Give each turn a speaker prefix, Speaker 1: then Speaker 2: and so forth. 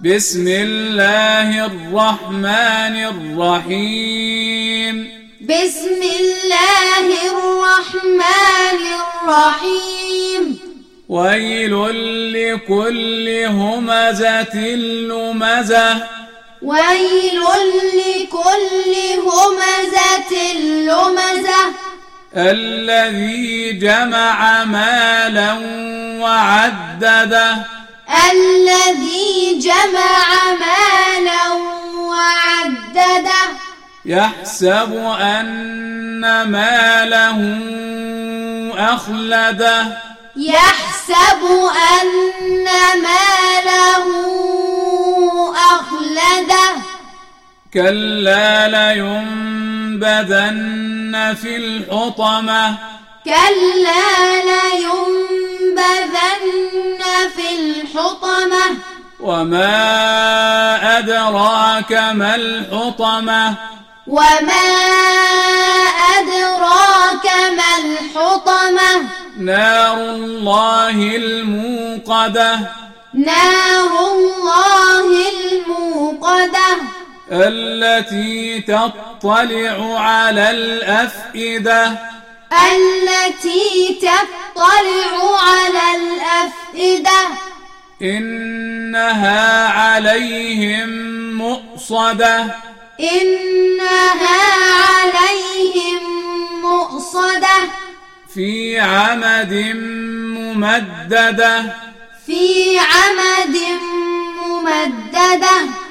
Speaker 1: بسم الله الرحمن الرحيم
Speaker 2: بسم الله الرحمن الرحيم
Speaker 1: ويل لكل همزة لمزة
Speaker 2: ويل لكل همزة لمزة
Speaker 1: الذي جمع مالا وعدده
Speaker 2: الذي جمع مالا وعدده
Speaker 1: يحسب أن ماله أخلده
Speaker 2: يحسب أن ماله أخلده
Speaker 1: كلا لينبذن في الحطمة
Speaker 2: كلا لينبذن في الحطمة
Speaker 1: وما أدراك ما الحطمة
Speaker 2: وما أدراك ما الحطمة
Speaker 1: نار الله الموقدة
Speaker 2: نار الله الموقدة
Speaker 1: التي تطلع على الأفئدة
Speaker 2: التي تطلع على الأفئدة
Speaker 1: إنها عليهم مؤصدة
Speaker 2: إنها عليهم مؤصدة
Speaker 1: في عمد ممددة
Speaker 2: في عمد ممدده